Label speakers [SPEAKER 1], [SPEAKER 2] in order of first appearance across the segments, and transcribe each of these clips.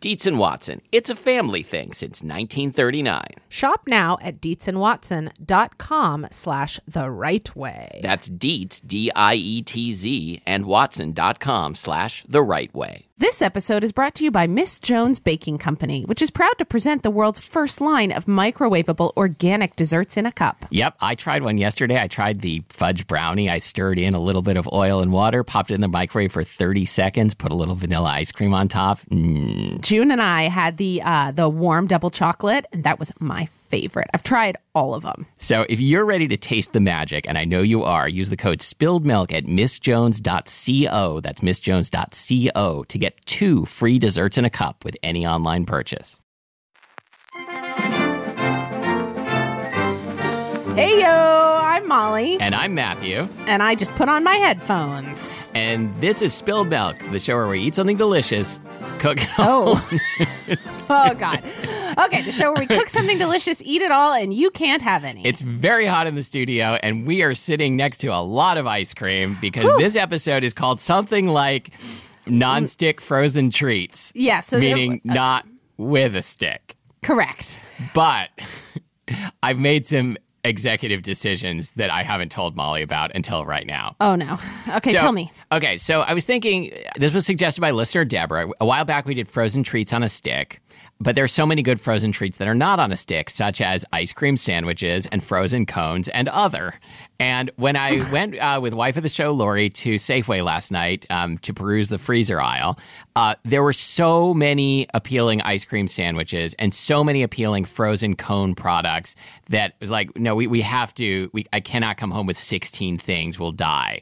[SPEAKER 1] Dietz and Watson, it's a family thing since 1939.
[SPEAKER 2] Shop now at deetzandwatson.com slash the right way.
[SPEAKER 1] That's Dietz, D I E T Z, and Watson.com slash the right way.
[SPEAKER 2] This episode is brought to you by Miss Jones Baking Company, which is proud to present the world's first line of microwavable organic desserts in a cup.
[SPEAKER 1] Yep, I tried one yesterday. I tried the fudge brownie. I stirred in a little bit of oil and water, popped it in the microwave for 30 seconds, put a little vanilla ice cream on top. Mm.
[SPEAKER 2] June and I had the uh, the warm double chocolate, and that was my favorite. I've tried all of them.
[SPEAKER 1] So if you're ready to taste the magic, and I know you are, use the code spilled milk at missjones.co. That's missjones.co to get two free desserts in a cup with any online purchase.
[SPEAKER 2] Hey yo, I'm Molly,
[SPEAKER 1] And I'm Matthew,
[SPEAKER 2] and I just put on my headphones.
[SPEAKER 1] and this is Spilled Milk, the show where we eat something delicious, cook
[SPEAKER 2] Oh. oh, God. Okay, the show where we cook something delicious, eat it all, and you can't have any.
[SPEAKER 1] It's very hot in the studio, and we are sitting next to a lot of ice cream because this episode is called something like nonstick frozen treats.
[SPEAKER 2] Yeah, so uh, there-
[SPEAKER 1] meaning not with a stick.
[SPEAKER 2] Correct.
[SPEAKER 1] But I've made some executive decisions that I haven't told Molly about until right now.
[SPEAKER 2] Oh, no. Okay,
[SPEAKER 1] So-
[SPEAKER 2] tell me.
[SPEAKER 1] Okay, so I was thinking this was suggested by listener Deborah. A while back, we did frozen treats on a stick, but there are so many good frozen treats that are not on a stick, such as ice cream sandwiches and frozen cones and other. And when I went uh, with wife of the show Lori to Safeway last night um, to peruse the freezer aisle, uh, there were so many appealing ice cream sandwiches and so many appealing frozen cone products that it was like, no, we, we have to. We, I cannot come home with sixteen things. We'll die.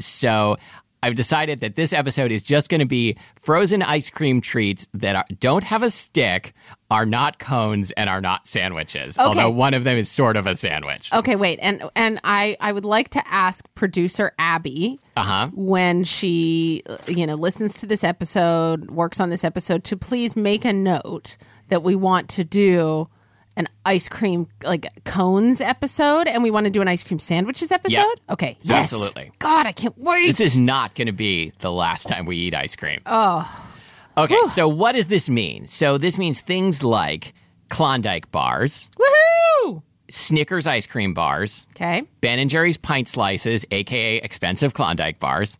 [SPEAKER 1] So I've decided that this episode is just going to be frozen ice cream treats that are, don't have a stick, are not cones, and are not sandwiches. Although one of them is sort of a sandwich.
[SPEAKER 2] Okay, wait. And and I I would like to ask producer Abby
[SPEAKER 1] Uh huh.
[SPEAKER 2] when she uh, you know listens to this episode, works on this episode to please make a note that we want to do an ice cream like cones episode and we want to do an ice cream sandwiches episode. Okay. Yes.
[SPEAKER 1] Absolutely.
[SPEAKER 2] God, I can't wait.
[SPEAKER 1] This is not going to be the last time we eat ice cream. Oh. Okay, so what does this mean? So this means things like Klondike bars,
[SPEAKER 2] Woohoo!
[SPEAKER 1] Snickers ice cream bars,
[SPEAKER 2] Okay.
[SPEAKER 1] Ben and Jerry's pint slices, aka expensive Klondike bars.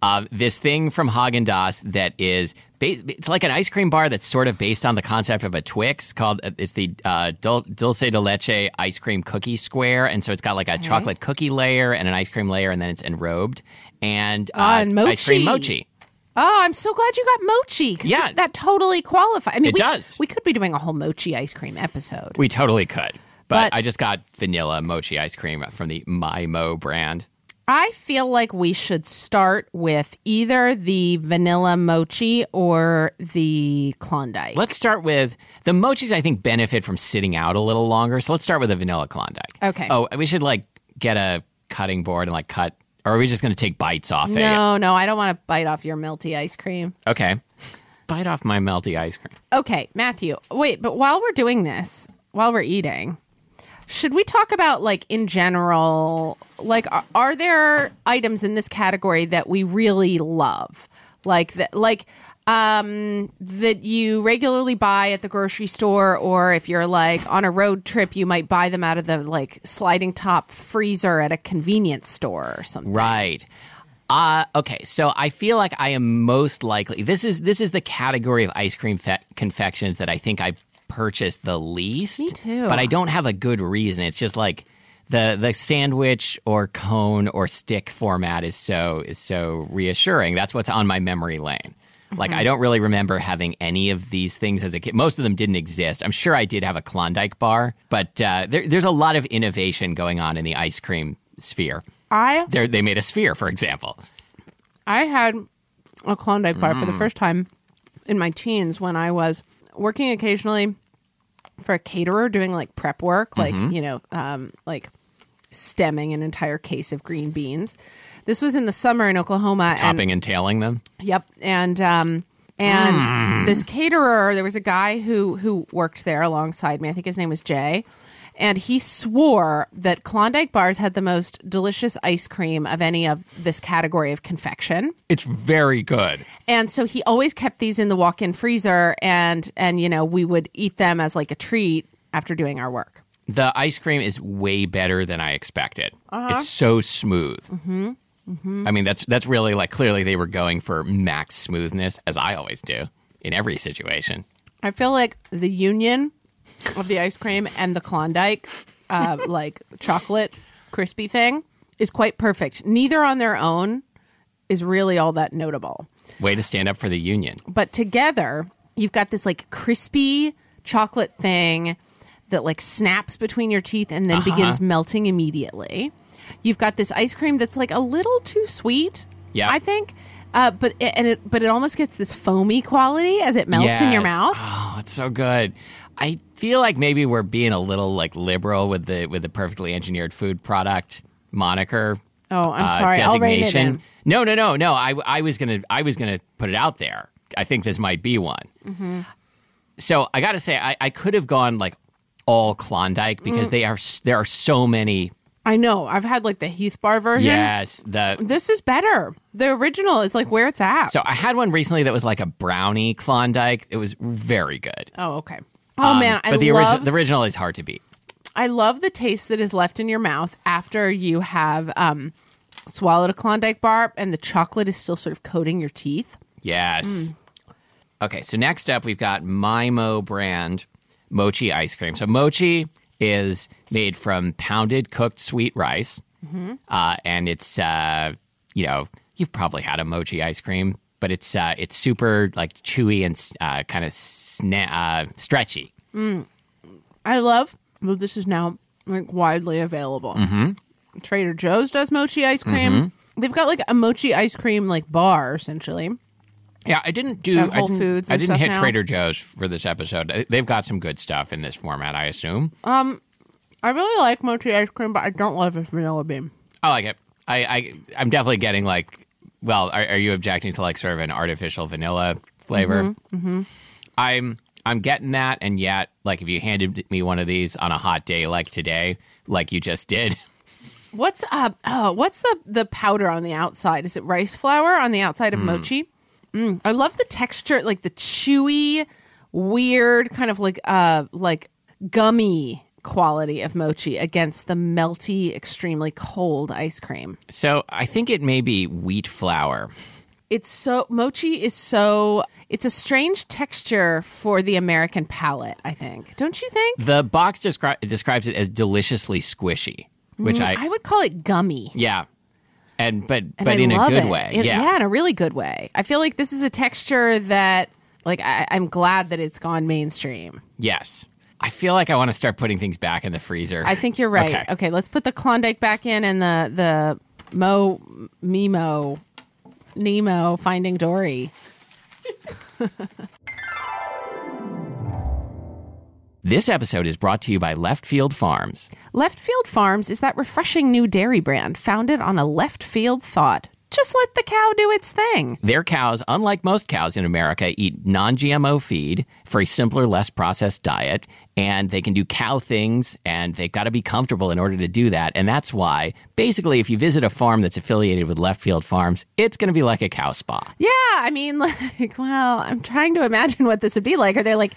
[SPEAKER 1] Uh, this thing from Haagen Dazs that is ba- it's like an ice cream bar that's sort of based on the concept of a Twix called it's the uh, dul- dulce de leche ice cream cookie square, and so it's got like a chocolate cookie layer and an ice cream layer, and then it's enrobed and, uh,
[SPEAKER 2] Ah, and
[SPEAKER 1] ice cream
[SPEAKER 2] mochi.
[SPEAKER 1] mochi.
[SPEAKER 2] Oh, I'm so glad you got mochi because
[SPEAKER 1] Yeah.
[SPEAKER 2] that totally qualifies. I mean,
[SPEAKER 1] It
[SPEAKER 2] we,
[SPEAKER 1] does.
[SPEAKER 2] We could be doing a whole mochi ice cream episode.
[SPEAKER 1] We totally could, but,
[SPEAKER 2] But-
[SPEAKER 1] I just got vanilla mochi ice cream from the Maimo brand.
[SPEAKER 2] I feel like we should start with either the vanilla mochi or the Klondike.
[SPEAKER 1] Let's start with the mochis. I think benefit from sitting out a little longer. So let's start with a vanilla Klondike.
[SPEAKER 2] Okay.
[SPEAKER 1] Oh, we should like get a cutting board and like cut, or are we just going to take bites off it?
[SPEAKER 2] no, no, I don't want to bite off your melty ice cream.
[SPEAKER 1] Okay. Bite off my melty ice cream.
[SPEAKER 2] Okay, Matthew. Wait, but while we're doing this, while we're eating, should we talk about like in general, like are, are there items in this category that we really love? Like that like um, that you regularly buy at the grocery store, or if you're like on a road trip, you might buy them out of the like sliding top freezer at a convenience store or something.
[SPEAKER 1] Right. Uh, okay, so I feel like I am most likely this is this is the category of ice cream fe- confections that I think I purchased the least.
[SPEAKER 2] Me too.
[SPEAKER 1] But I don't have a good reason. It's just like the the sandwich or cone or stick format is so is so reassuring. That's what's on my memory lane. Like
[SPEAKER 2] Mm-hmm.
[SPEAKER 1] I don't really remember having any of these things as a kid. Most of them didn't exist. I'm sure I did have a Klondike bar, but uh, there, there's a lot of innovation going on in the ice cream sphere.
[SPEAKER 2] I
[SPEAKER 1] There, they made a sphere, for example.
[SPEAKER 2] I had a Klondike bar for the first time in my teens when I was working occasionally for a caterer doing like prep work, like, you know, um, like stemming an entire case of green beans. This was in the summer in Oklahoma. and
[SPEAKER 1] topping and tailing them.
[SPEAKER 2] Yep, and um, and this caterer, there was a guy who who worked there alongside me. I think his name was Jay, and he swore that Klondike bars had the most delicious ice cream of any of this category of confection.
[SPEAKER 1] It's very good.
[SPEAKER 2] And so he always kept these in the walk-in freezer, and and you know we would eat them as like a treat after doing our work.
[SPEAKER 1] The ice cream is way better than I expected. It's so smooth. Uh-huh. Mm-hmm. I mean, that's that's really like clearly they were going for max smoothness, as I always do in every situation.
[SPEAKER 2] I feel like the union of the ice cream and the Klondike, uh, like chocolate crispy thing, is quite perfect. Neither on their own is really all that notable,
[SPEAKER 1] Way to stand up for the union.
[SPEAKER 2] but together you've got this like crispy chocolate thing that like snaps between your teeth and
[SPEAKER 1] Uh-huh.
[SPEAKER 2] then begins melting immediately. You've got this ice cream that's like a little too sweet.
[SPEAKER 1] Yeah.
[SPEAKER 2] I think. Uh, but it, and it but it almost gets this foamy quality as it melts in your
[SPEAKER 1] Yes.
[SPEAKER 2] mouth.
[SPEAKER 1] Oh, it's so good. I feel like maybe we're being a little like liberal with the with the perfectly engineered food product moniker.
[SPEAKER 2] Oh, I'm sorry. I'll rein it
[SPEAKER 1] uh, Designation.
[SPEAKER 2] in.
[SPEAKER 1] No, no, no, no. I, I was gonna I was gonna put it out there. I think this might be one.
[SPEAKER 2] Mm-hmm.
[SPEAKER 1] So I got to say, I, I could have gone like all
[SPEAKER 2] Mm.
[SPEAKER 1] Klondike because they are s- there are so many.
[SPEAKER 2] I know. I've had like the Heath Bar version.
[SPEAKER 1] Yes, the
[SPEAKER 2] This is better. The original is like where it's at.
[SPEAKER 1] so I had one recently that was like a brownie Klondike. It was very good.
[SPEAKER 2] oh, okay. Oh man, I
[SPEAKER 1] Um, but the,
[SPEAKER 2] love
[SPEAKER 1] origi- the original is hard to beat.
[SPEAKER 2] I love the taste that is left in your mouth after you have um, swallowed a Klondike bar and the chocolate is still sort of coating your teeth.
[SPEAKER 1] Yes.
[SPEAKER 2] Hmm.
[SPEAKER 1] Okay, so next up we've got Mimo brand mochi ice cream. So mochi is made from pounded cooked sweet rice,
[SPEAKER 2] Mm-hmm.
[SPEAKER 1] uh, and it's uh, you know you've probably had a mochi ice cream, but it's uh, it's super like chewy and uh, kind of sna- uh, stretchy.
[SPEAKER 2] I love that this is now like widely available. Trader Joe's does mochi ice cream. They've got like a mochi ice cream like bar essentially.
[SPEAKER 1] Yeah, I didn't do
[SPEAKER 2] Got Whole
[SPEAKER 1] I didn't,
[SPEAKER 2] Foods
[SPEAKER 1] I
[SPEAKER 2] and
[SPEAKER 1] didn't
[SPEAKER 2] stuff
[SPEAKER 1] hit
[SPEAKER 2] now.
[SPEAKER 1] Trader Joe's for this episode. They've got some good stuff in this format, I assume.
[SPEAKER 2] I really like mochi ice cream, but I don't love this vanilla bean.
[SPEAKER 1] I like it. I, I I'm definitely getting like. Well, are, are you objecting to like sort of an artificial vanilla flavor? Mm-hmm, I'm I'm getting that, and yet, like, if you handed me one of these on a hot day like today, like you just did,
[SPEAKER 2] What's uh oh, what's the the powder on the outside? Is it rice flour on the outside of mochi? Mm. I love the texture, like the chewy, weird kind of like uh like gummy quality of mochi against the melty, extremely cold ice cream.
[SPEAKER 1] so I think it may be wheat flour.
[SPEAKER 2] It's so mochi is so it's a strange texture for the American palate, I think. Don't you think?
[SPEAKER 1] The box descri- describes it as deliciously squishy, which I,
[SPEAKER 2] Mm, I would call it gummy.
[SPEAKER 1] yeah, and but
[SPEAKER 2] And
[SPEAKER 1] but
[SPEAKER 2] I
[SPEAKER 1] in a
[SPEAKER 2] love
[SPEAKER 1] good
[SPEAKER 2] it.
[SPEAKER 1] way,
[SPEAKER 2] It-
[SPEAKER 1] yeah.
[SPEAKER 2] in a really good way. I feel like this is a texture that, like, I, I'm glad that it's gone mainstream.
[SPEAKER 1] yes. I feel like I want to start putting things back in the freezer.
[SPEAKER 2] I think you're right.
[SPEAKER 1] Okay.
[SPEAKER 2] Okay, let's put the Klondike back in and the the Mo Mimo Nemo Finding Dory.
[SPEAKER 1] This episode is brought to you by Left Field Farms.
[SPEAKER 2] Left Field Farms is that refreshing new dairy brand founded on a left field thought just let the cow do its thing.
[SPEAKER 1] Their cows, unlike most cows in America, eat non GMO feed for a simpler, less processed diet. And they can do cow things, and they've got to be comfortable in order to do that. And that's why, basically, if you visit a farm that's affiliated with Left Field Farms, it's going to be like a cow spa.
[SPEAKER 2] Yeah, I mean, like, well, I'm trying to imagine what this would be like. Or they're like,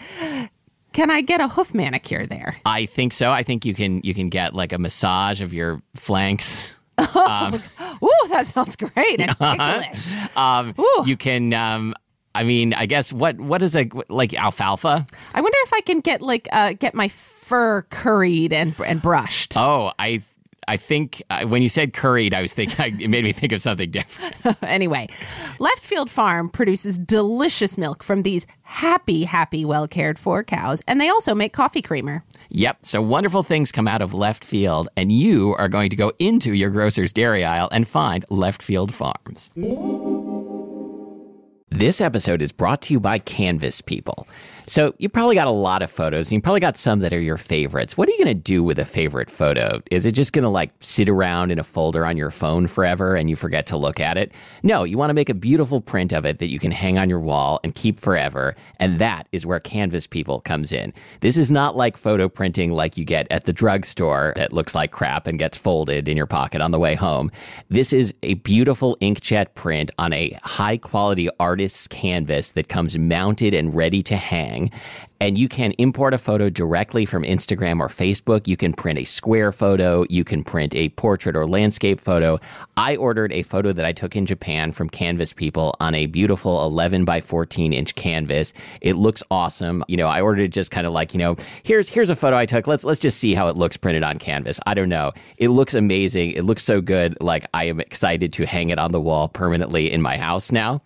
[SPEAKER 2] can I get a hoof manicure there?
[SPEAKER 1] I think so. I think you can you can get like a massage of your flanks.
[SPEAKER 2] Ooh, that sounds great and
[SPEAKER 1] Uh-huh.
[SPEAKER 2] ticklish.
[SPEAKER 1] Um,
[SPEAKER 2] Ooh.
[SPEAKER 1] you can. Um, I mean, I guess what what is a like alfalfa?
[SPEAKER 2] I wonder if I can get like uh, get my fur curried and and brushed.
[SPEAKER 1] Oh, I I think uh, when you said curried, I was thinking I, it made me think of something different.
[SPEAKER 2] anyway, Left Field Farm produces delicious milk from these happy, happy, well cared for cows, and they also make coffee creamer.
[SPEAKER 1] yep. So wonderful things come out of left field, and you are going to go into your grocer's dairy aisle and find Left Field Farms. This episode is brought to you by Canvas People. So, you probably got a lot of photos, and you probably got some that are your favorites. What are you going to do with a favorite photo? Is it just going to like sit around in a folder on your phone forever and you forget to look at it? No, you want to make a beautiful print of it that you can hang on your wall and keep forever. And that is where Canvas People comes in. This is not like photo printing like you get at the drugstore that looks like crap and gets folded in your pocket on the way home. This is a beautiful inkjet print on a high quality artist's canvas that comes mounted and ready to hang. And you can import a photo directly from Instagram or Facebook. You can print a square photo. You can print a portrait or landscape photo. I ordered a photo that I took in Japan from Canvas People on a beautiful 11 by 14 inch canvas. It looks awesome. You know, I ordered it just kind of like, you know, here's here's a photo I took. Let's let's just see how it looks printed on canvas. I don't know. It looks amazing. It looks so good. Like I am excited to hang it on the wall permanently in my house now.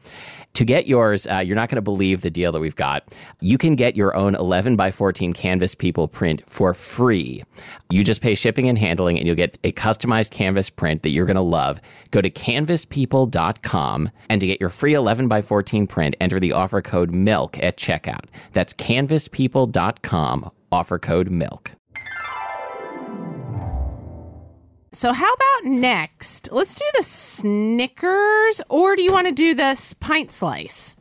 [SPEAKER 1] To get yours, uh, you're not going to believe the deal that we've got. You can get your own 11 by 14 Canvas People print for free. You just pay shipping and handling, and you'll get a customized canvas print that you're going to love. Go to canvaspeople.com and to get your free 11 by 14 print, enter the offer code MILK at checkout. That's canvaspeople.com, offer code MILK.
[SPEAKER 2] So, how about next? Let's do the Snickers, or do you want to do the s- pint slice?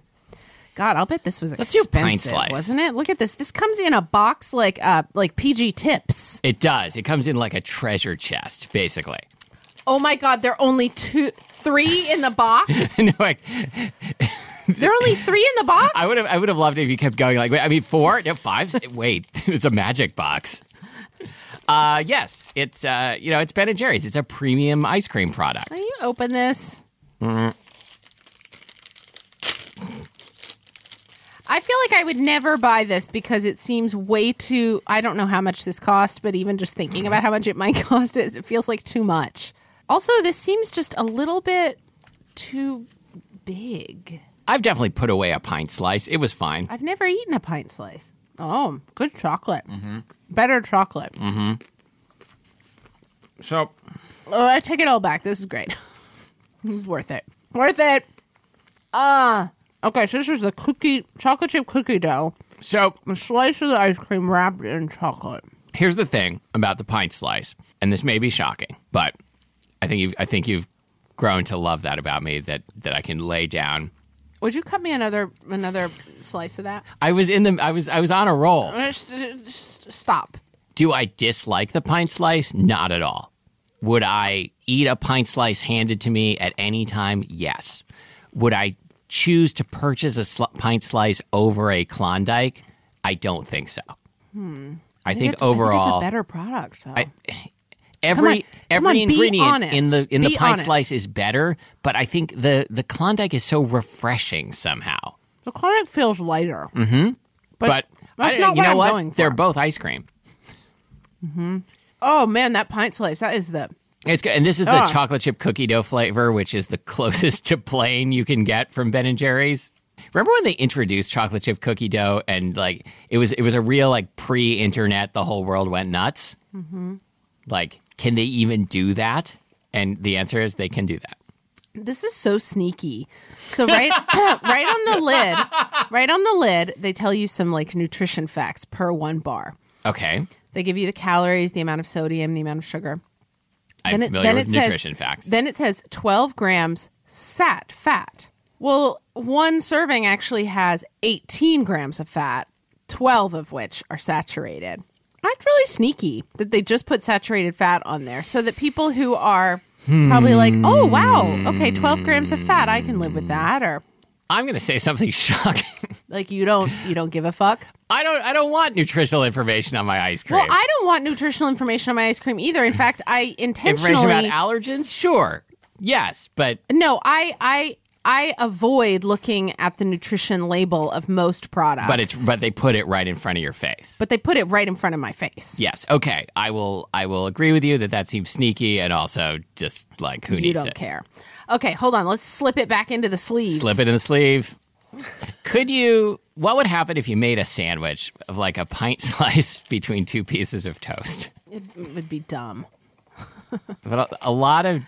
[SPEAKER 2] God, I'll bet this was
[SPEAKER 1] do
[SPEAKER 2] expensive,
[SPEAKER 1] pint slice.
[SPEAKER 2] wasn't it? Look at this. This comes in a box like uh like PG Tips.
[SPEAKER 1] It does. It comes in like a treasure chest, basically.
[SPEAKER 2] Oh my God, there are only two, three in the box.
[SPEAKER 1] no, I,
[SPEAKER 2] there are only three in the box.
[SPEAKER 1] I would have. I would have loved it if you kept going. Like, wait, I mean, four, no, five. wait, it's a magic box. Uh, yes, it's uh, you know, it's Ben and Jerry's. It's a premium ice cream product.
[SPEAKER 2] Can you open this? I feel like I would never buy this because it seems way too. I don't know how much this cost, but even just thinking about how much it might cost, it, it feels like too much. Also, this seems just a little bit too big.
[SPEAKER 1] I've definitely put away a pint slice. It was fine.
[SPEAKER 2] I've never eaten a pint slice. Oh, good chocolate. Better chocolate.
[SPEAKER 1] So
[SPEAKER 2] Oh, I take it all back. This is great. it's worth it. Worth it. Ah. okay, so this is the cookie, chocolate chip cookie dough.
[SPEAKER 1] so
[SPEAKER 2] A slice of the ice cream wrapped in chocolate.
[SPEAKER 1] here's the thing about the pint slice, and this may be shocking, but I think you've I think you've grown to love that about me that that I can lay down.
[SPEAKER 2] Would you cut me another another slice of that? Uh,
[SPEAKER 1] I was in the I was I was on a roll.
[SPEAKER 2] Just- just Stop.
[SPEAKER 1] Do I dislike the pint slice? Not at all. Would I eat a pint slice handed to me at any time? Yes. Would I choose to purchase a sl- pint slice over a Klondike? I don't think so.
[SPEAKER 2] Hmm.
[SPEAKER 1] I,
[SPEAKER 2] it's-
[SPEAKER 1] think,
[SPEAKER 2] it's
[SPEAKER 1] overall,
[SPEAKER 2] a better product. Though.
[SPEAKER 1] every
[SPEAKER 2] on, come
[SPEAKER 1] every
[SPEAKER 2] on, be
[SPEAKER 1] ingredient
[SPEAKER 2] honest.
[SPEAKER 1] in the in the
[SPEAKER 2] Be
[SPEAKER 1] pint
[SPEAKER 2] honest.
[SPEAKER 1] slice is better, but I think the the Klondike is so refreshing somehow.
[SPEAKER 2] the conic feels lighter. Mm-hmm.
[SPEAKER 1] But,
[SPEAKER 2] But, that's
[SPEAKER 1] I-
[SPEAKER 2] not
[SPEAKER 1] you
[SPEAKER 2] what
[SPEAKER 1] know
[SPEAKER 2] I'm
[SPEAKER 1] what?
[SPEAKER 2] going for.
[SPEAKER 1] They're both ice cream.
[SPEAKER 2] oh man, that pint slice. That is the
[SPEAKER 1] It's good, and this is the
[SPEAKER 2] Ah.
[SPEAKER 1] chocolate chip cookie dough flavor, which is the closest to plain you can get from Ben and Jerry's. Remember when they introduced chocolate chip cookie dough, and like it was it was a real like pre-internet, the whole world went nuts.
[SPEAKER 2] Mm-hmm.
[SPEAKER 1] Like, can they even do that? And the answer is they can do that.
[SPEAKER 2] This is so sneaky. So right right on the lid, right on the lid, they tell you some like nutrition facts per one bar.
[SPEAKER 1] Okay,
[SPEAKER 2] They give you the calories, the amount of sodium, the amount of sugar.
[SPEAKER 1] I'm
[SPEAKER 2] Then it-
[SPEAKER 1] familiar
[SPEAKER 2] then
[SPEAKER 1] with
[SPEAKER 2] it says-
[SPEAKER 1] nutrition facts.
[SPEAKER 2] Then it says 12 grams sat fat. Well, one serving actually has 18 grams of fat, 12 of which are saturated. That's really sneaky that they just put saturated fat on there so that people who are probably like, oh, wow, okay, 12 grams of fat, I can live with that. Or
[SPEAKER 1] I'm going to say something shocking.
[SPEAKER 2] like, you don't, you don't give a fuck.
[SPEAKER 1] I don't. I don't want nutritional information on my ice cream.
[SPEAKER 2] Well, I don't want nutritional information on my ice cream either. In fact, I
[SPEAKER 1] information
[SPEAKER 2] intentionally
[SPEAKER 1] about allergens, sure, yes, but
[SPEAKER 2] No, I I I avoid looking at the nutrition label of most products.
[SPEAKER 1] but it's but they put it right in front of your face.
[SPEAKER 2] but they put it right in front of my face.
[SPEAKER 1] Yes. Okay. I will. I will agree with you that that seems sneaky and also just like who
[SPEAKER 2] you
[SPEAKER 1] needs
[SPEAKER 2] don't
[SPEAKER 1] it?
[SPEAKER 2] care. Okay, hold on. Let's slip it back into the sleeve.
[SPEAKER 1] Slip it in the sleeve. Could you? What would happen if you made a sandwich of like a pint slice between two pieces of toast?
[SPEAKER 2] It, would be dumb.
[SPEAKER 1] But a, a lot of,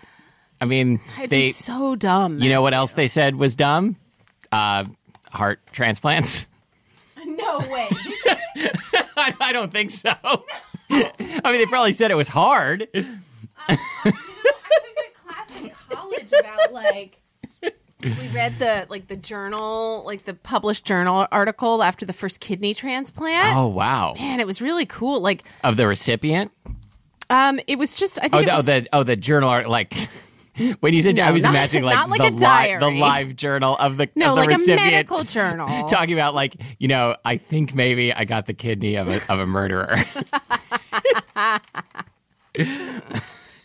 [SPEAKER 1] I mean,
[SPEAKER 2] It'd
[SPEAKER 1] they.
[SPEAKER 2] be so dumb.
[SPEAKER 1] you know what else they said was dumb? Uh, heart transplants.
[SPEAKER 2] no way.
[SPEAKER 1] I, I don't think so. I mean, they probably said it was hard.
[SPEAKER 2] I took a class in college about like we read the like the journal, like the published journal article after the first kidney transplant.
[SPEAKER 1] Oh wow!
[SPEAKER 2] Man, it was really cool. Like,
[SPEAKER 1] Of the recipient.
[SPEAKER 2] um, it was just I think
[SPEAKER 1] Oh,
[SPEAKER 2] it
[SPEAKER 1] the, oh,
[SPEAKER 2] was-
[SPEAKER 1] the oh the journal art like. When you said I
[SPEAKER 2] No,
[SPEAKER 1] was
[SPEAKER 2] not-
[SPEAKER 1] imagining like,
[SPEAKER 2] not like a
[SPEAKER 1] the, li- the
[SPEAKER 2] diary.
[SPEAKER 1] live journal of the
[SPEAKER 2] no,
[SPEAKER 1] of the
[SPEAKER 2] like a
[SPEAKER 1] recipient
[SPEAKER 2] medical journal.
[SPEAKER 1] talking about like you know I think maybe I got the kidney of a of a murderer.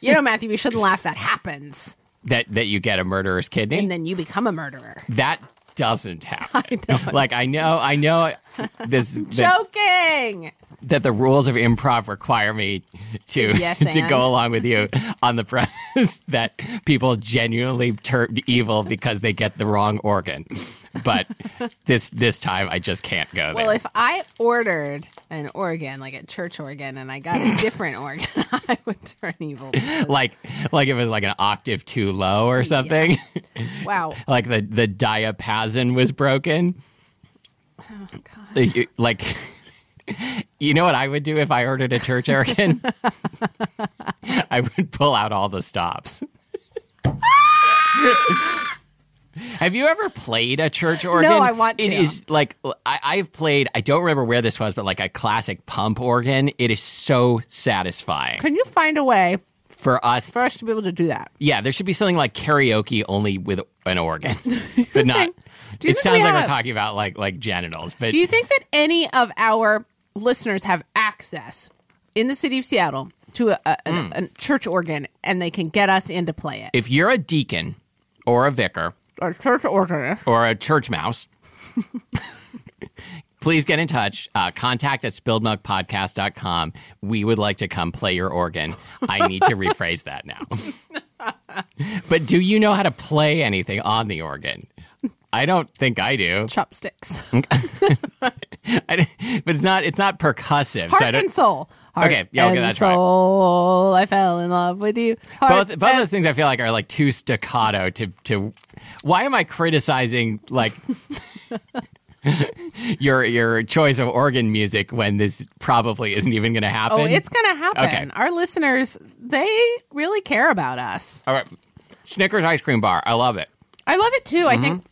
[SPEAKER 2] You know, Matthew, we shouldn't laugh. That happens.
[SPEAKER 1] that that you get a murderer's kidney.
[SPEAKER 2] And then you become a murderer.
[SPEAKER 1] that doesn't happen.
[SPEAKER 2] know.
[SPEAKER 1] Like I know I know this that,
[SPEAKER 2] Joking.
[SPEAKER 1] that the rules of improv require me to
[SPEAKER 2] Yes,
[SPEAKER 1] to
[SPEAKER 2] and.
[SPEAKER 1] go along with you on the premise that people genuinely turn evil because they get the wrong organ. But this this time I just can't go there.
[SPEAKER 2] Well, if I ordered an organ, like a church organ, and I got a different organ, I would turn evil.
[SPEAKER 1] like like it was like an octave too low or something.
[SPEAKER 2] Wow.
[SPEAKER 1] like the the diapason was broken.
[SPEAKER 2] Oh, God.
[SPEAKER 1] Like, you- Like you know what I would do if I ordered a church organ? I would pull out all the stops. Have you ever played a church organ?
[SPEAKER 2] I want
[SPEAKER 1] It
[SPEAKER 2] to.
[SPEAKER 1] is like I, I've played. I don't remember where this was, but like a classic pump organ. It is so satisfying
[SPEAKER 2] Can you find a way
[SPEAKER 1] for us
[SPEAKER 2] for us to be able to do that?
[SPEAKER 1] yeah, there should be something like karaoke only with an organ, but not.
[SPEAKER 2] do you
[SPEAKER 1] It
[SPEAKER 2] think
[SPEAKER 1] sounds
[SPEAKER 2] we
[SPEAKER 1] like
[SPEAKER 2] have
[SPEAKER 1] we're
[SPEAKER 2] a-
[SPEAKER 1] talking about like like genitals, but
[SPEAKER 2] Do you think that any of our listeners have access in the city of Seattle to a, a, an- a church organ and they can get us in to play Hmm. it?
[SPEAKER 1] if you're a deacon or a vicar
[SPEAKER 2] Or church organist.
[SPEAKER 1] or a church mouse, please get in touch. Uh, contact at spilledmilkpodcast.com. We would like to come play your organ. I need to rephrase that now. but do you know how to play anything on the organ? I don't think I do.
[SPEAKER 2] Chopsticks.
[SPEAKER 1] I, but it's not it's not percussive. so I
[SPEAKER 2] Heart
[SPEAKER 1] don't,
[SPEAKER 2] and soul. Heart
[SPEAKER 1] Okay, yeah, okay,
[SPEAKER 2] and
[SPEAKER 1] that's right.
[SPEAKER 2] soul. I fell in love with you. Heart
[SPEAKER 1] both both those things I feel like are like too staccato to to why am I criticizing like your your choice of organ music when this probably isn't even going to happen?
[SPEAKER 2] Oh, it's going to happen.
[SPEAKER 1] Okay.
[SPEAKER 2] Our listeners, they really care about us.
[SPEAKER 1] all right. Snickers ice cream bar. I love it.
[SPEAKER 2] I love it too. I think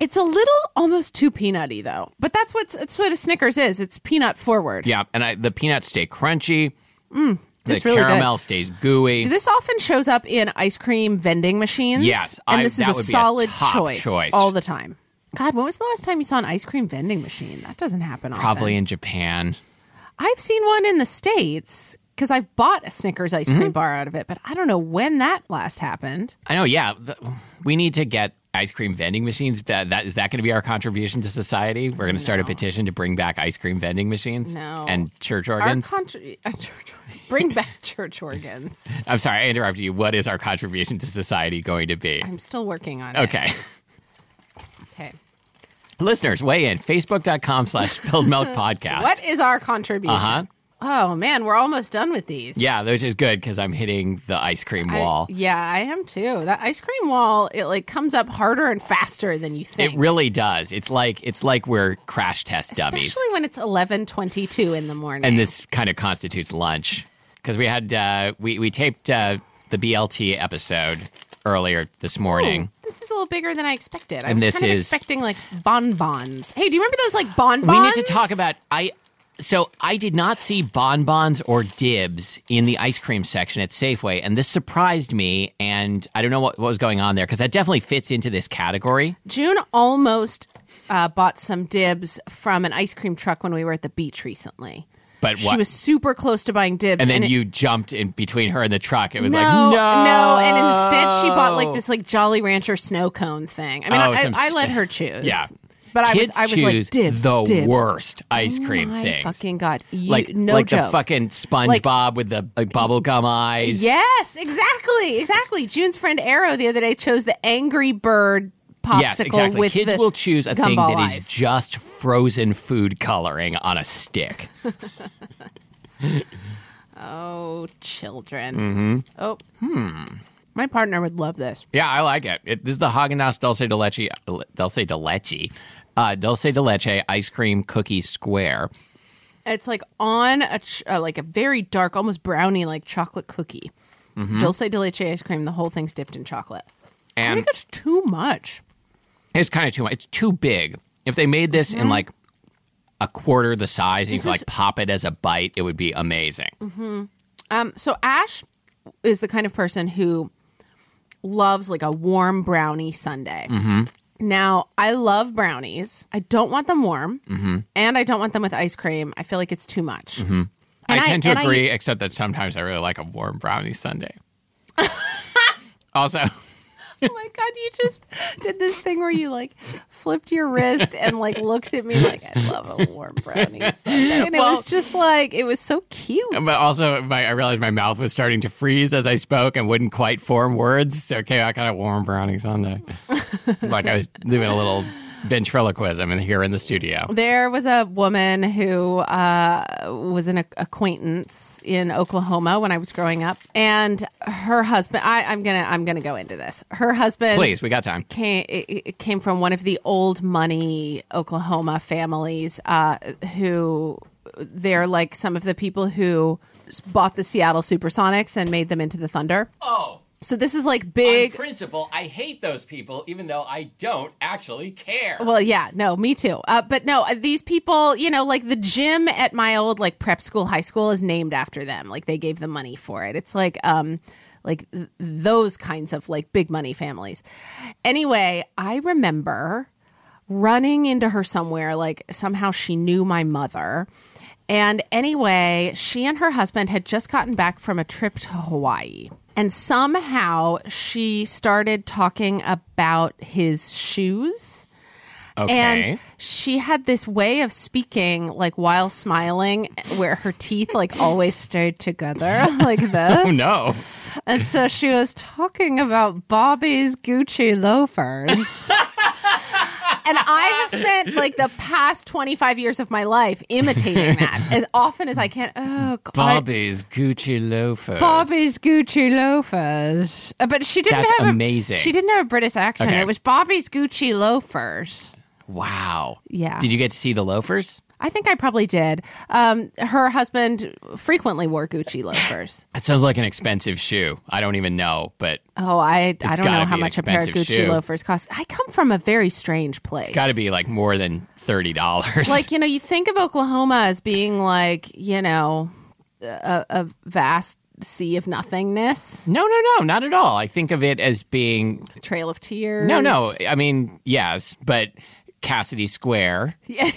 [SPEAKER 2] it's a little almost too peanutty though. But that's what's that's what a Snickers is. It's peanut forward.
[SPEAKER 1] Yeah, and I, the peanuts stay crunchy. the
[SPEAKER 2] Mm, it's really good.
[SPEAKER 1] caramel stays gooey.
[SPEAKER 2] This often shows up in ice cream vending machines.
[SPEAKER 1] Yes,
[SPEAKER 2] and
[SPEAKER 1] I-
[SPEAKER 2] this is
[SPEAKER 1] that
[SPEAKER 2] a
[SPEAKER 1] would be a
[SPEAKER 2] solid
[SPEAKER 1] top
[SPEAKER 2] choice,
[SPEAKER 1] choice.
[SPEAKER 2] all the time. God, when was the last time you saw an ice cream vending machine? That doesn't happen often.
[SPEAKER 1] Probably in Japan.
[SPEAKER 2] I've seen one in the states because I've bought a Snickers ice
[SPEAKER 1] Mm-hmm.
[SPEAKER 2] cream bar out of it, but I don't know when that last happened.
[SPEAKER 1] I know. Yeah, the, we need to get ice cream vending machines. That that is that going to be our contribution to society? We're going to start a petition to bring back ice cream vending machines
[SPEAKER 2] No.
[SPEAKER 1] and church
[SPEAKER 2] Our
[SPEAKER 1] organs.
[SPEAKER 2] country, uh, church, bring back church organs.
[SPEAKER 1] I'm sorry, I interrupted you. What is our contribution to society going to be?
[SPEAKER 2] I'm still working on
[SPEAKER 1] Okay.
[SPEAKER 2] it. Okay.
[SPEAKER 1] Listeners, weigh in. Facebook.com slash spilled milk podcast.
[SPEAKER 2] What is our contribution?
[SPEAKER 1] Uh-huh.
[SPEAKER 2] Oh man, we're almost done with these.
[SPEAKER 1] Yeah, which is good because I'm hitting the ice cream
[SPEAKER 2] I-
[SPEAKER 1] wall.
[SPEAKER 2] yeah, I am too. That ice cream wall, it like comes up harder and faster than you think.
[SPEAKER 1] it really does. It's like it's like we're crash test dummies.
[SPEAKER 2] Especially when it's 11:22 in the morning.
[SPEAKER 1] and this kind of constitutes lunch because we had uh, we we taped uh, the BLT episode earlier this morning.
[SPEAKER 2] This is a little bigger than I expected. I
[SPEAKER 1] And
[SPEAKER 2] was
[SPEAKER 1] this
[SPEAKER 2] kind of
[SPEAKER 1] is-
[SPEAKER 2] expecting like bonbons. Hey, do you remember those like bonbons?
[SPEAKER 1] We need to talk about I. So I did not see bonbons or dibs in the ice cream section at Safeway, and this surprised me. And I don't know what, what was going on there because that definitely fits into this category.
[SPEAKER 2] June almost uh, bought some dibs from an ice cream truck when we were at the beach recently.
[SPEAKER 1] But
[SPEAKER 2] She
[SPEAKER 1] what-
[SPEAKER 2] was super close to buying dibs,
[SPEAKER 1] And then
[SPEAKER 2] it-
[SPEAKER 1] you jumped in between her and the truck. It was
[SPEAKER 2] no,
[SPEAKER 1] like
[SPEAKER 2] no,
[SPEAKER 1] no,
[SPEAKER 2] and instead she bought like this like Jolly Rancher snow cone thing. I mean,
[SPEAKER 1] Oh,
[SPEAKER 2] I,
[SPEAKER 1] some
[SPEAKER 2] I, I
[SPEAKER 1] st-
[SPEAKER 2] let her choose.
[SPEAKER 1] Yeah.
[SPEAKER 2] but I was
[SPEAKER 1] Kids
[SPEAKER 2] I was
[SPEAKER 1] choose
[SPEAKER 2] like dibs,
[SPEAKER 1] the
[SPEAKER 2] dibs. Oh
[SPEAKER 1] worst ice cream
[SPEAKER 2] My
[SPEAKER 1] thing.
[SPEAKER 2] fucking god, you,
[SPEAKER 1] Like
[SPEAKER 2] no
[SPEAKER 1] like
[SPEAKER 2] joke.
[SPEAKER 1] the fucking SpongeBob with the like, bubblegum eyes.
[SPEAKER 2] Yes, exactly, exactly. June's friend Arrow the other day chose the Angry Bird popsicle
[SPEAKER 1] Yes, exactly.
[SPEAKER 2] with
[SPEAKER 1] Kids
[SPEAKER 2] the
[SPEAKER 1] will choose a thing
[SPEAKER 2] gumball
[SPEAKER 1] that is
[SPEAKER 2] eyes.
[SPEAKER 1] just frozen food coloring on a stick.
[SPEAKER 2] Oh, children.
[SPEAKER 1] Mm-hmm.
[SPEAKER 2] Oh, hmm. My partner would love this.
[SPEAKER 1] Yeah, I like it. it this is the Häagen-Dazs Dulce de Leche, Dulce de Leche, uh, Dulce de Leche ice cream cookie square.
[SPEAKER 2] It's like on a ch- uh, like a very dark, almost brownie like chocolate cookie. Dulce de leche ice cream. The whole thing's dipped in chocolate. I
[SPEAKER 1] Mm-hmm. And
[SPEAKER 2] think it's too much.
[SPEAKER 1] it's kind of too much. It's too big. If they made this in like a quarter the size and
[SPEAKER 2] Mm-hmm.
[SPEAKER 1] you
[SPEAKER 2] This
[SPEAKER 1] could
[SPEAKER 2] is-
[SPEAKER 1] like pop it as a bite, it would be amazing.
[SPEAKER 2] Um, so Ash is the kind of person who loves like a warm brownie sundae.
[SPEAKER 1] Mm-hmm.
[SPEAKER 2] Now, I love brownies. I don't want them warm,
[SPEAKER 1] Mm-hmm.
[SPEAKER 2] and I don't want them with ice cream. I feel like it's too much.
[SPEAKER 1] I
[SPEAKER 2] And I-
[SPEAKER 1] tend to
[SPEAKER 2] and I-
[SPEAKER 1] agree, except that sometimes I really like a warm brownie sundae. also,
[SPEAKER 2] Oh my god, you just did this thing where you like flipped your wrist and like looked at me like I love a warm brownie. Sundae. And it
[SPEAKER 1] Well-
[SPEAKER 2] was just like it was so cute.
[SPEAKER 1] but also my, I realized my mouth was starting to freeze as I spoke and wouldn't quite form words. So it came out kind of warm brownie sundae, like I was doing a little ventriloquism in here in the studio.
[SPEAKER 2] There was a woman who uh, was an ac- acquaintance in Oklahoma when I was growing up, and her husband. I, I'm gonna I'm gonna go into this. Her husband
[SPEAKER 1] Please, we got time.
[SPEAKER 2] came it, it came from one of the old money Oklahoma families uh, who they're like some of the people who bought the Seattle Supersonics and made them into the Thunder.
[SPEAKER 1] Oh,
[SPEAKER 2] So this is like big.
[SPEAKER 1] principle, I hate those people, even though I don't actually care.
[SPEAKER 2] Well, yeah, no, me too. Uh, but no, uh, these people, you know, like the gym at my old like prep school, high school is named after them. Like they gave them money for it. It's like, um, like th- those kinds of like big money families. Anyway, I remember running into her somewhere. Like somehow she knew my mother. And anyway, she and her husband had just gotten back from a trip to Hawaii. And somehow she started talking about his shoes.
[SPEAKER 1] okay.
[SPEAKER 2] And she had this way of speaking, like while smiling, where her teeth like always stayed together, like this.
[SPEAKER 1] oh no.
[SPEAKER 2] And so she was talking about Bobby's Gucci loafers. and I have spent like the past 25 years of my life imitating that as often as I can. Oh, God.
[SPEAKER 1] Bobby's Gucci loafers.
[SPEAKER 2] Bobby's Gucci loafers. Uh, But she didn't
[SPEAKER 1] That's
[SPEAKER 2] have a-
[SPEAKER 1] amazing.
[SPEAKER 2] she didn't have a British accent.
[SPEAKER 1] Okay.
[SPEAKER 2] It was Bobby's Gucci loafers.
[SPEAKER 1] Wow.
[SPEAKER 2] Yeah.
[SPEAKER 1] Did you get to see the loafers?
[SPEAKER 2] I think I probably did. Um, her husband frequently wore Gucci loafers.
[SPEAKER 1] That sounds like an expensive shoe. I don't even know, but
[SPEAKER 2] Oh, I I don't
[SPEAKER 1] gotta
[SPEAKER 2] know how
[SPEAKER 1] be an
[SPEAKER 2] much a pair of Gucci
[SPEAKER 1] expensive shoe.
[SPEAKER 2] loafers cost. I come from a very strange place.
[SPEAKER 1] got to be like more than thirty dollars.
[SPEAKER 2] like you know you think of Oklahoma as being like you know a, a vast sea of nothingness,
[SPEAKER 1] no, no, no, not at all. I think of it as being
[SPEAKER 2] trail of tears.
[SPEAKER 1] no, no. I mean, yes, but Cassidy Square,
[SPEAKER 2] Yeah.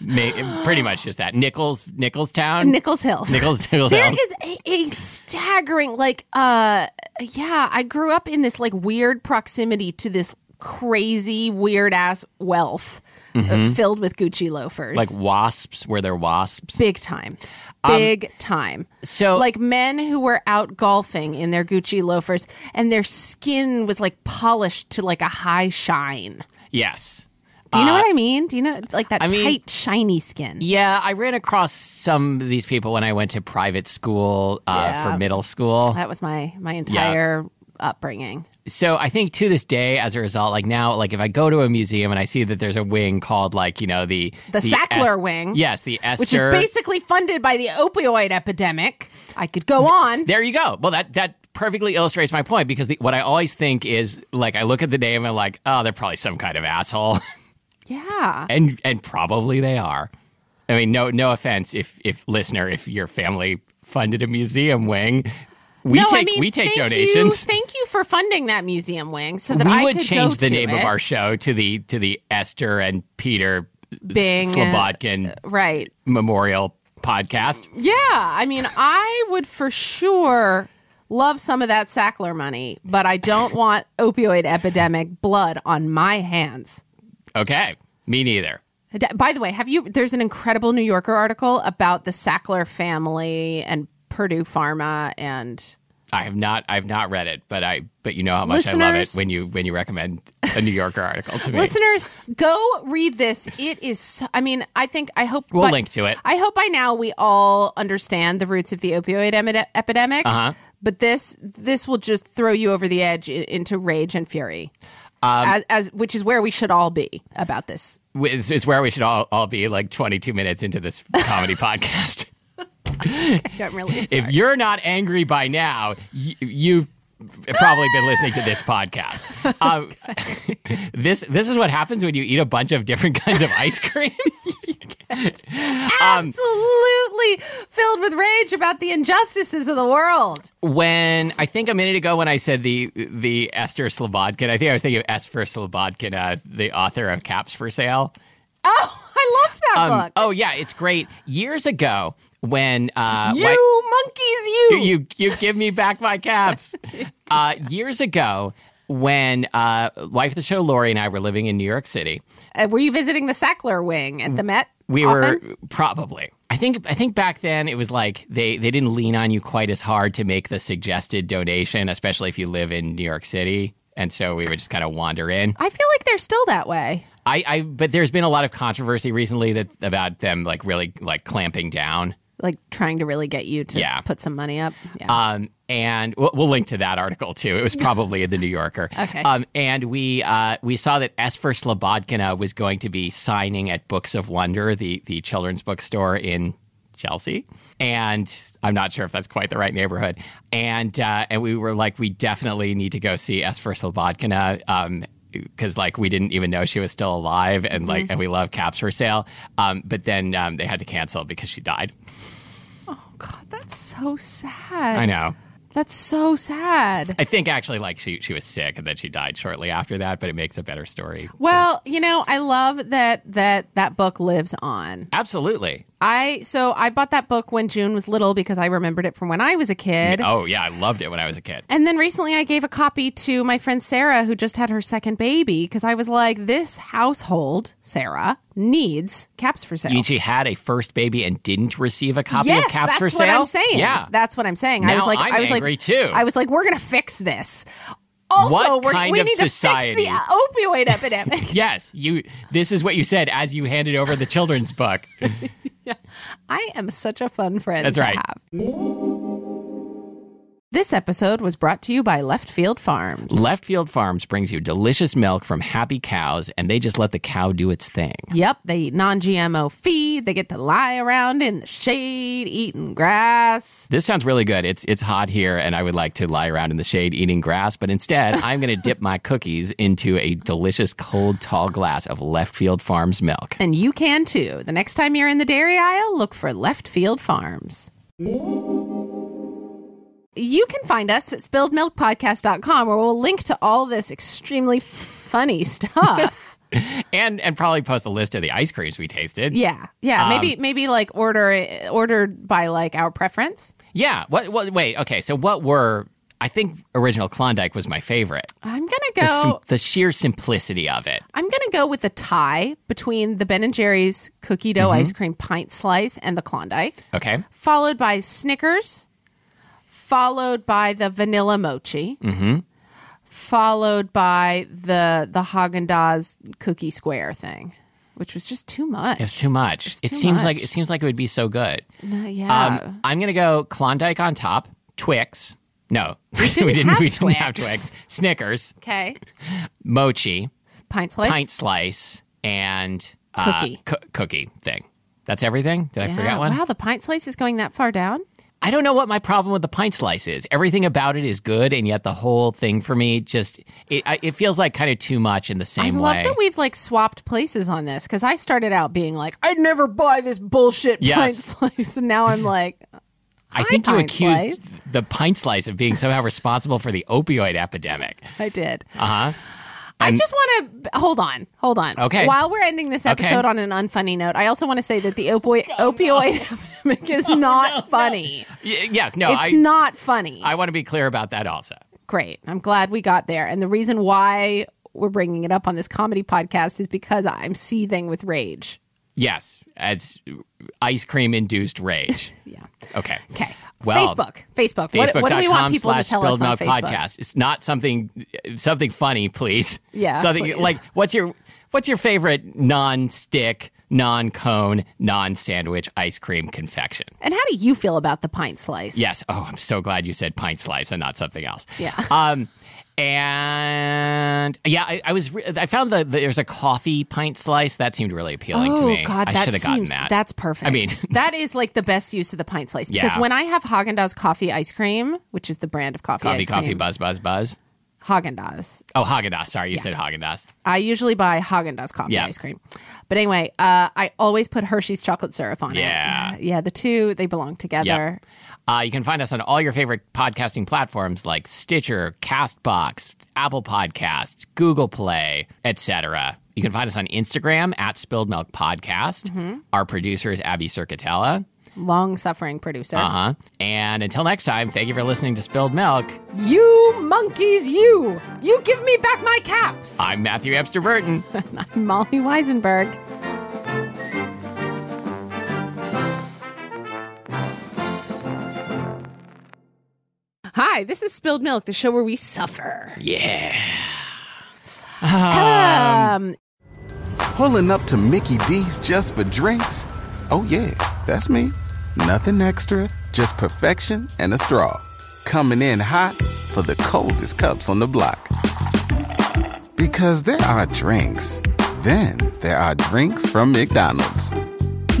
[SPEAKER 1] ma- pretty much just that. Nichols, Nicholstown,
[SPEAKER 2] Nichols Hills.
[SPEAKER 1] Nichols, Nichols.
[SPEAKER 2] There
[SPEAKER 1] Hills.
[SPEAKER 2] is a, a staggering, like, uh, yeah, I grew up in this like weird proximity to this crazy, weird ass wealth uh, filled with Gucci loafers.
[SPEAKER 1] Mm-hmm. like wasps. Were there wasps?
[SPEAKER 2] big time. Big time.
[SPEAKER 1] So
[SPEAKER 2] like men who were out golfing in their Gucci loafers and their skin was like polished to like a high shine.
[SPEAKER 1] yes.
[SPEAKER 2] Do you know what I mean? Do you know like that
[SPEAKER 1] Uh, I
[SPEAKER 2] tight,
[SPEAKER 1] mean-
[SPEAKER 2] shiny skin?
[SPEAKER 1] Yeah, I ran across some of these people when I went to private school uh,
[SPEAKER 2] Yeah.
[SPEAKER 1] for middle school.
[SPEAKER 2] That was my my entire upbringing.
[SPEAKER 1] so I think to this day, as a result, like now, like if I go to a museum and I see that there's a wing called like you know the
[SPEAKER 2] The Sackler
[SPEAKER 1] Es-
[SPEAKER 2] wing.
[SPEAKER 1] yes, the Esther,
[SPEAKER 2] which is basically funded by the opioid epidemic. I could go on.
[SPEAKER 1] There you go. Well, that that perfectly illustrates my point because the, what I always think is like I look at the name and like, oh, they're probably some kind of asshole,
[SPEAKER 2] Yeah.
[SPEAKER 1] and and probably they are. I mean, no no offense if if listener if your family funded a museum wing, we
[SPEAKER 2] no,
[SPEAKER 1] take
[SPEAKER 2] I mean,
[SPEAKER 1] we take
[SPEAKER 2] thank
[SPEAKER 1] donations.
[SPEAKER 2] You, thank you for funding that museum wing so that
[SPEAKER 1] we
[SPEAKER 2] I
[SPEAKER 1] would
[SPEAKER 2] could
[SPEAKER 1] change
[SPEAKER 2] go
[SPEAKER 1] the
[SPEAKER 2] to
[SPEAKER 1] name of
[SPEAKER 2] it.
[SPEAKER 1] our show to the to the Esther and Peter
[SPEAKER 2] Bing, uh,
[SPEAKER 1] Slobodkin
[SPEAKER 2] Right.
[SPEAKER 1] Memorial Podcast.
[SPEAKER 2] Yeah. I mean, I would for sure love some of that Sackler money, but I don't want opioid epidemic blood on my hands.
[SPEAKER 1] Okay, me neither.
[SPEAKER 2] D- By the way, have you? There's an incredible New Yorker article about the Sackler family and Purdue Pharma and
[SPEAKER 1] I have not I've not read it, but I but you know how much I love it
[SPEAKER 2] Listeners-
[SPEAKER 1] when you when you recommend a New Yorker article to me.
[SPEAKER 2] listeners. Go read this. It is. So, I mean, I think I hope
[SPEAKER 1] We'll
[SPEAKER 2] by-
[SPEAKER 1] link to it.
[SPEAKER 2] I hope by now we all understand the roots of the opioid emi- epidemic.
[SPEAKER 1] Uh-huh.
[SPEAKER 2] But this this will just throw you over the edge i- into rage and fury,
[SPEAKER 1] Um,
[SPEAKER 2] as, as which is where we should all be about this.
[SPEAKER 1] It's, it's where we should all, all be like 22 minutes into this comedy podcast.
[SPEAKER 2] I'm really
[SPEAKER 1] If you're not angry by now, you, you've probably been listening to this podcast. Um, this this is what happens when you eat a bunch of different kinds of ice cream. um,
[SPEAKER 2] absolutely filled with rage about the injustices of the world.
[SPEAKER 1] when I think a minute ago when I said the the Esther Slobodkin, I think I was thinking of Esther Slobodkin, uh, the author of Caps for Sale.
[SPEAKER 2] Oh, I love that
[SPEAKER 1] Um,
[SPEAKER 2] book.
[SPEAKER 1] oh yeah, it's great. Years ago, when uh,
[SPEAKER 2] you
[SPEAKER 1] why-
[SPEAKER 2] monkeys, you.
[SPEAKER 1] you you give me back my caps. Uh, years ago, when uh, wife of the show Lori and I were living in New York City,
[SPEAKER 2] Uh, were you visiting the Sackler wing at the Met?
[SPEAKER 1] we
[SPEAKER 2] often?
[SPEAKER 1] were probably. I think I think back then it was like they they didn't lean on you quite as hard to make the suggested donation, especially if you live in New York City. And so we would just kind of wander in.
[SPEAKER 2] I feel like they're still that way.
[SPEAKER 1] I, I but there's been a lot of controversy recently that about them like really like clamping down.
[SPEAKER 2] like trying to really get you to
[SPEAKER 1] Yeah.
[SPEAKER 2] put some money up. Yeah.
[SPEAKER 1] Um, and we'll, we'll link to that article too. It was probably in the New Yorker.
[SPEAKER 2] Okay.
[SPEAKER 1] Um, and we uh, we saw that S for Slobodkina was going to be signing at Books of Wonder, the the children's bookstore in Chelsea. And I'm not sure if that's quite the right neighborhood. And uh, and we were like, we definitely need to go see S for Slobodkina. Um, because like we didn't even know she was still alive, and like and we love caps for sale, um, but then um, they had to cancel because she died.
[SPEAKER 2] God, that's so sad.
[SPEAKER 1] I know.
[SPEAKER 2] That's so sad.
[SPEAKER 1] I think actually, like she she was sick and then she died shortly after that. But it makes a better story.
[SPEAKER 2] Well, you know, I love that that that book lives on.
[SPEAKER 1] Absolutely.
[SPEAKER 2] I so I bought that book when June was little because I remembered it from when I was a kid.
[SPEAKER 1] Oh yeah, I loved it when I was a kid.
[SPEAKER 2] And then recently I gave a copy to my friend Sarah who just had her second baby because I was like this household, Sarah, needs caps for sale.
[SPEAKER 1] And she had a first baby and didn't receive a copy
[SPEAKER 2] yes,
[SPEAKER 1] of Caps
[SPEAKER 2] that's
[SPEAKER 1] for
[SPEAKER 2] what
[SPEAKER 1] Sale.
[SPEAKER 2] I'm saying.
[SPEAKER 1] Yeah.
[SPEAKER 2] that's what I'm saying. I
[SPEAKER 1] Now
[SPEAKER 2] was like,
[SPEAKER 1] I'm
[SPEAKER 2] I was
[SPEAKER 1] angry,
[SPEAKER 2] like,
[SPEAKER 1] too.
[SPEAKER 2] I was like, we're gonna fix this. Also,
[SPEAKER 1] What
[SPEAKER 2] we're,
[SPEAKER 1] kind
[SPEAKER 2] we
[SPEAKER 1] of
[SPEAKER 2] need
[SPEAKER 1] society?
[SPEAKER 2] to fix the opioid epidemic.
[SPEAKER 1] yes, you. This is what you said as you handed over the children's book.
[SPEAKER 2] I am such a fun friend.
[SPEAKER 1] That's
[SPEAKER 2] to
[SPEAKER 1] right.
[SPEAKER 2] Have. This episode was brought to you by Left Field Farms.
[SPEAKER 1] Left Field Farms brings you delicious milk from happy cows, and they just let the cow do its thing.
[SPEAKER 2] Yep, they eat non-GMO feed. They get to lie around in the shade eating grass.
[SPEAKER 1] This sounds really good. It's it's hot here, and I would like to lie around in the shade eating grass. But instead, I'm going to dip my cookies into a delicious cold tall glass of Left Field Farms milk.
[SPEAKER 2] And you can too. The next time you're in the dairy aisle, look for Left Field Farms. You can find us at spilledmilkpodcast.com where we'll link to all this extremely funny stuff.
[SPEAKER 1] And and probably post a list of the ice creams we tasted.
[SPEAKER 2] yeah. Yeah, maybe maybe like order ordered by like our preference.
[SPEAKER 1] Yeah. What? What? Wait. Okay. So what were? I think original Klondike was my favorite.
[SPEAKER 2] I'm going to
[SPEAKER 1] The, sim-
[SPEAKER 2] go
[SPEAKER 1] the sheer simplicity of it.
[SPEAKER 2] I'm going to go with a tie between the Ben and Jerry's cookie dough ice cream pint slice and the Klondike,
[SPEAKER 1] Okay.
[SPEAKER 2] followed by Snickers, followed by the vanilla mochi,
[SPEAKER 1] Mm-hmm.
[SPEAKER 2] followed by the the Haagen Dazs cookie square thing, which was just too much.
[SPEAKER 1] It was too much. it
[SPEAKER 2] too
[SPEAKER 1] seems
[SPEAKER 2] much.
[SPEAKER 1] like it seems like it would be so good.
[SPEAKER 2] No,
[SPEAKER 1] Um,
[SPEAKER 2] yeah,
[SPEAKER 1] I'm gonna go Klondike on top. Twix. No, we
[SPEAKER 2] didn't have
[SPEAKER 1] we didn't have
[SPEAKER 2] Twix.
[SPEAKER 1] Twix. Snickers,
[SPEAKER 2] okay,
[SPEAKER 1] mochi,
[SPEAKER 2] pint slice.
[SPEAKER 1] pint slice, and uh,
[SPEAKER 2] Cookie.
[SPEAKER 1] coo- cookie thing. That's everything. Did I
[SPEAKER 2] Yeah.
[SPEAKER 1] forget one?
[SPEAKER 2] Wow, the pint slice is going that far down.
[SPEAKER 1] I don't know what my problem with the pint slice is. Everything about it is good, and yet the whole thing for me just it, I- it feels like kind of too much in the
[SPEAKER 2] I
[SPEAKER 1] same
[SPEAKER 2] love
[SPEAKER 1] way.
[SPEAKER 2] that we've like swapped places on this because I started out being like, I'd never buy this bullshit
[SPEAKER 1] Yes.
[SPEAKER 2] pint slice. And now I'm like,
[SPEAKER 1] I think you
[SPEAKER 2] pint
[SPEAKER 1] accused
[SPEAKER 2] slice.
[SPEAKER 1] the pint slice of being somehow responsible for the opioid epidemic.
[SPEAKER 2] I did.
[SPEAKER 1] Uh huh.
[SPEAKER 2] I just want to hold on, hold on.
[SPEAKER 1] Okay.
[SPEAKER 2] While we're ending this
[SPEAKER 1] Okay.
[SPEAKER 2] episode on an unfunny note, I also want to say that the opioid opioid epidemic is not funny.
[SPEAKER 1] Yes. No.
[SPEAKER 2] It's
[SPEAKER 1] Oh, I
[SPEAKER 2] not funny.
[SPEAKER 1] I want to be clear about that also.
[SPEAKER 2] Great. I'm glad we got there. And the reason why we're bringing it up on this comedy podcast is because I'm seething with rage.
[SPEAKER 1] Yes, as ice cream induced rage.
[SPEAKER 2] Yeah.
[SPEAKER 1] Okay.
[SPEAKER 2] Okay.
[SPEAKER 1] Well,
[SPEAKER 2] Facebook. Facebook. What, what do we want people
[SPEAKER 1] Facebook.com
[SPEAKER 2] to
[SPEAKER 1] slash
[SPEAKER 2] tell
[SPEAKER 1] Spilled
[SPEAKER 2] us on
[SPEAKER 1] Milk
[SPEAKER 2] Facebook?
[SPEAKER 1] Podcast. It's not something something funny, please.
[SPEAKER 2] Yeah,
[SPEAKER 1] Something
[SPEAKER 2] please.
[SPEAKER 1] like what's your what's your favorite non stick, non cone, non sandwich ice cream confection?
[SPEAKER 2] And how do you feel about the pint slice?
[SPEAKER 1] Yes. Oh, I'm so glad you said pint slice and not something else.
[SPEAKER 2] Yeah.
[SPEAKER 1] Um, and yeah, I, I was re- I found that there's a coffee pint slice that seemed really appealing to
[SPEAKER 2] Oh
[SPEAKER 1] me.
[SPEAKER 2] God,
[SPEAKER 1] I
[SPEAKER 2] that
[SPEAKER 1] should have gotten
[SPEAKER 2] seems
[SPEAKER 1] that.
[SPEAKER 2] that's perfect.
[SPEAKER 1] I mean-
[SPEAKER 2] that is like the best use of the pint slice because
[SPEAKER 1] Yeah.
[SPEAKER 2] when I have Haagen Dazs coffee ice cream, which is the brand of coffee,
[SPEAKER 1] coffee,
[SPEAKER 2] ice
[SPEAKER 1] coffee,
[SPEAKER 2] cream,
[SPEAKER 1] buzz, buzz, buzz.
[SPEAKER 2] Haagen Dazs.
[SPEAKER 1] Oh, Haagen Dazs. Sorry, you said Haagen Dazs.
[SPEAKER 2] I usually buy Haagen Dazs coffee
[SPEAKER 1] Yeah.
[SPEAKER 2] ice cream, but anyway, uh, I always put Hershey's chocolate syrup on
[SPEAKER 1] Yeah.
[SPEAKER 2] it. Yeah, yeah, the two they belong together.
[SPEAKER 1] Uh, you can find us on all your favorite podcasting platforms like Stitcher, Castbox, Apple Podcasts, Google Play, etc. You can find us on Instagram at Spilled Milk Podcast. Our producer is Abby Circatella.
[SPEAKER 2] Long suffering producer,
[SPEAKER 1] Uh huh. And until next time, thank you for listening to Spilled Milk.
[SPEAKER 2] you monkeys, you, you give me back my caps.
[SPEAKER 1] I'm Matthew Epster Burton.
[SPEAKER 2] I'm Molly Weisenberg. Hi, this is Spilled Milk, the show where we suffer.
[SPEAKER 1] yeah.
[SPEAKER 2] Um,
[SPEAKER 3] Pulling up to Mickey D's just for drinks? Oh, yeah, that's me. Nothing extra, just perfection and a straw. Coming in hot for the coldest cups on the block. Because there are drinks, then there are drinks from McDonald's.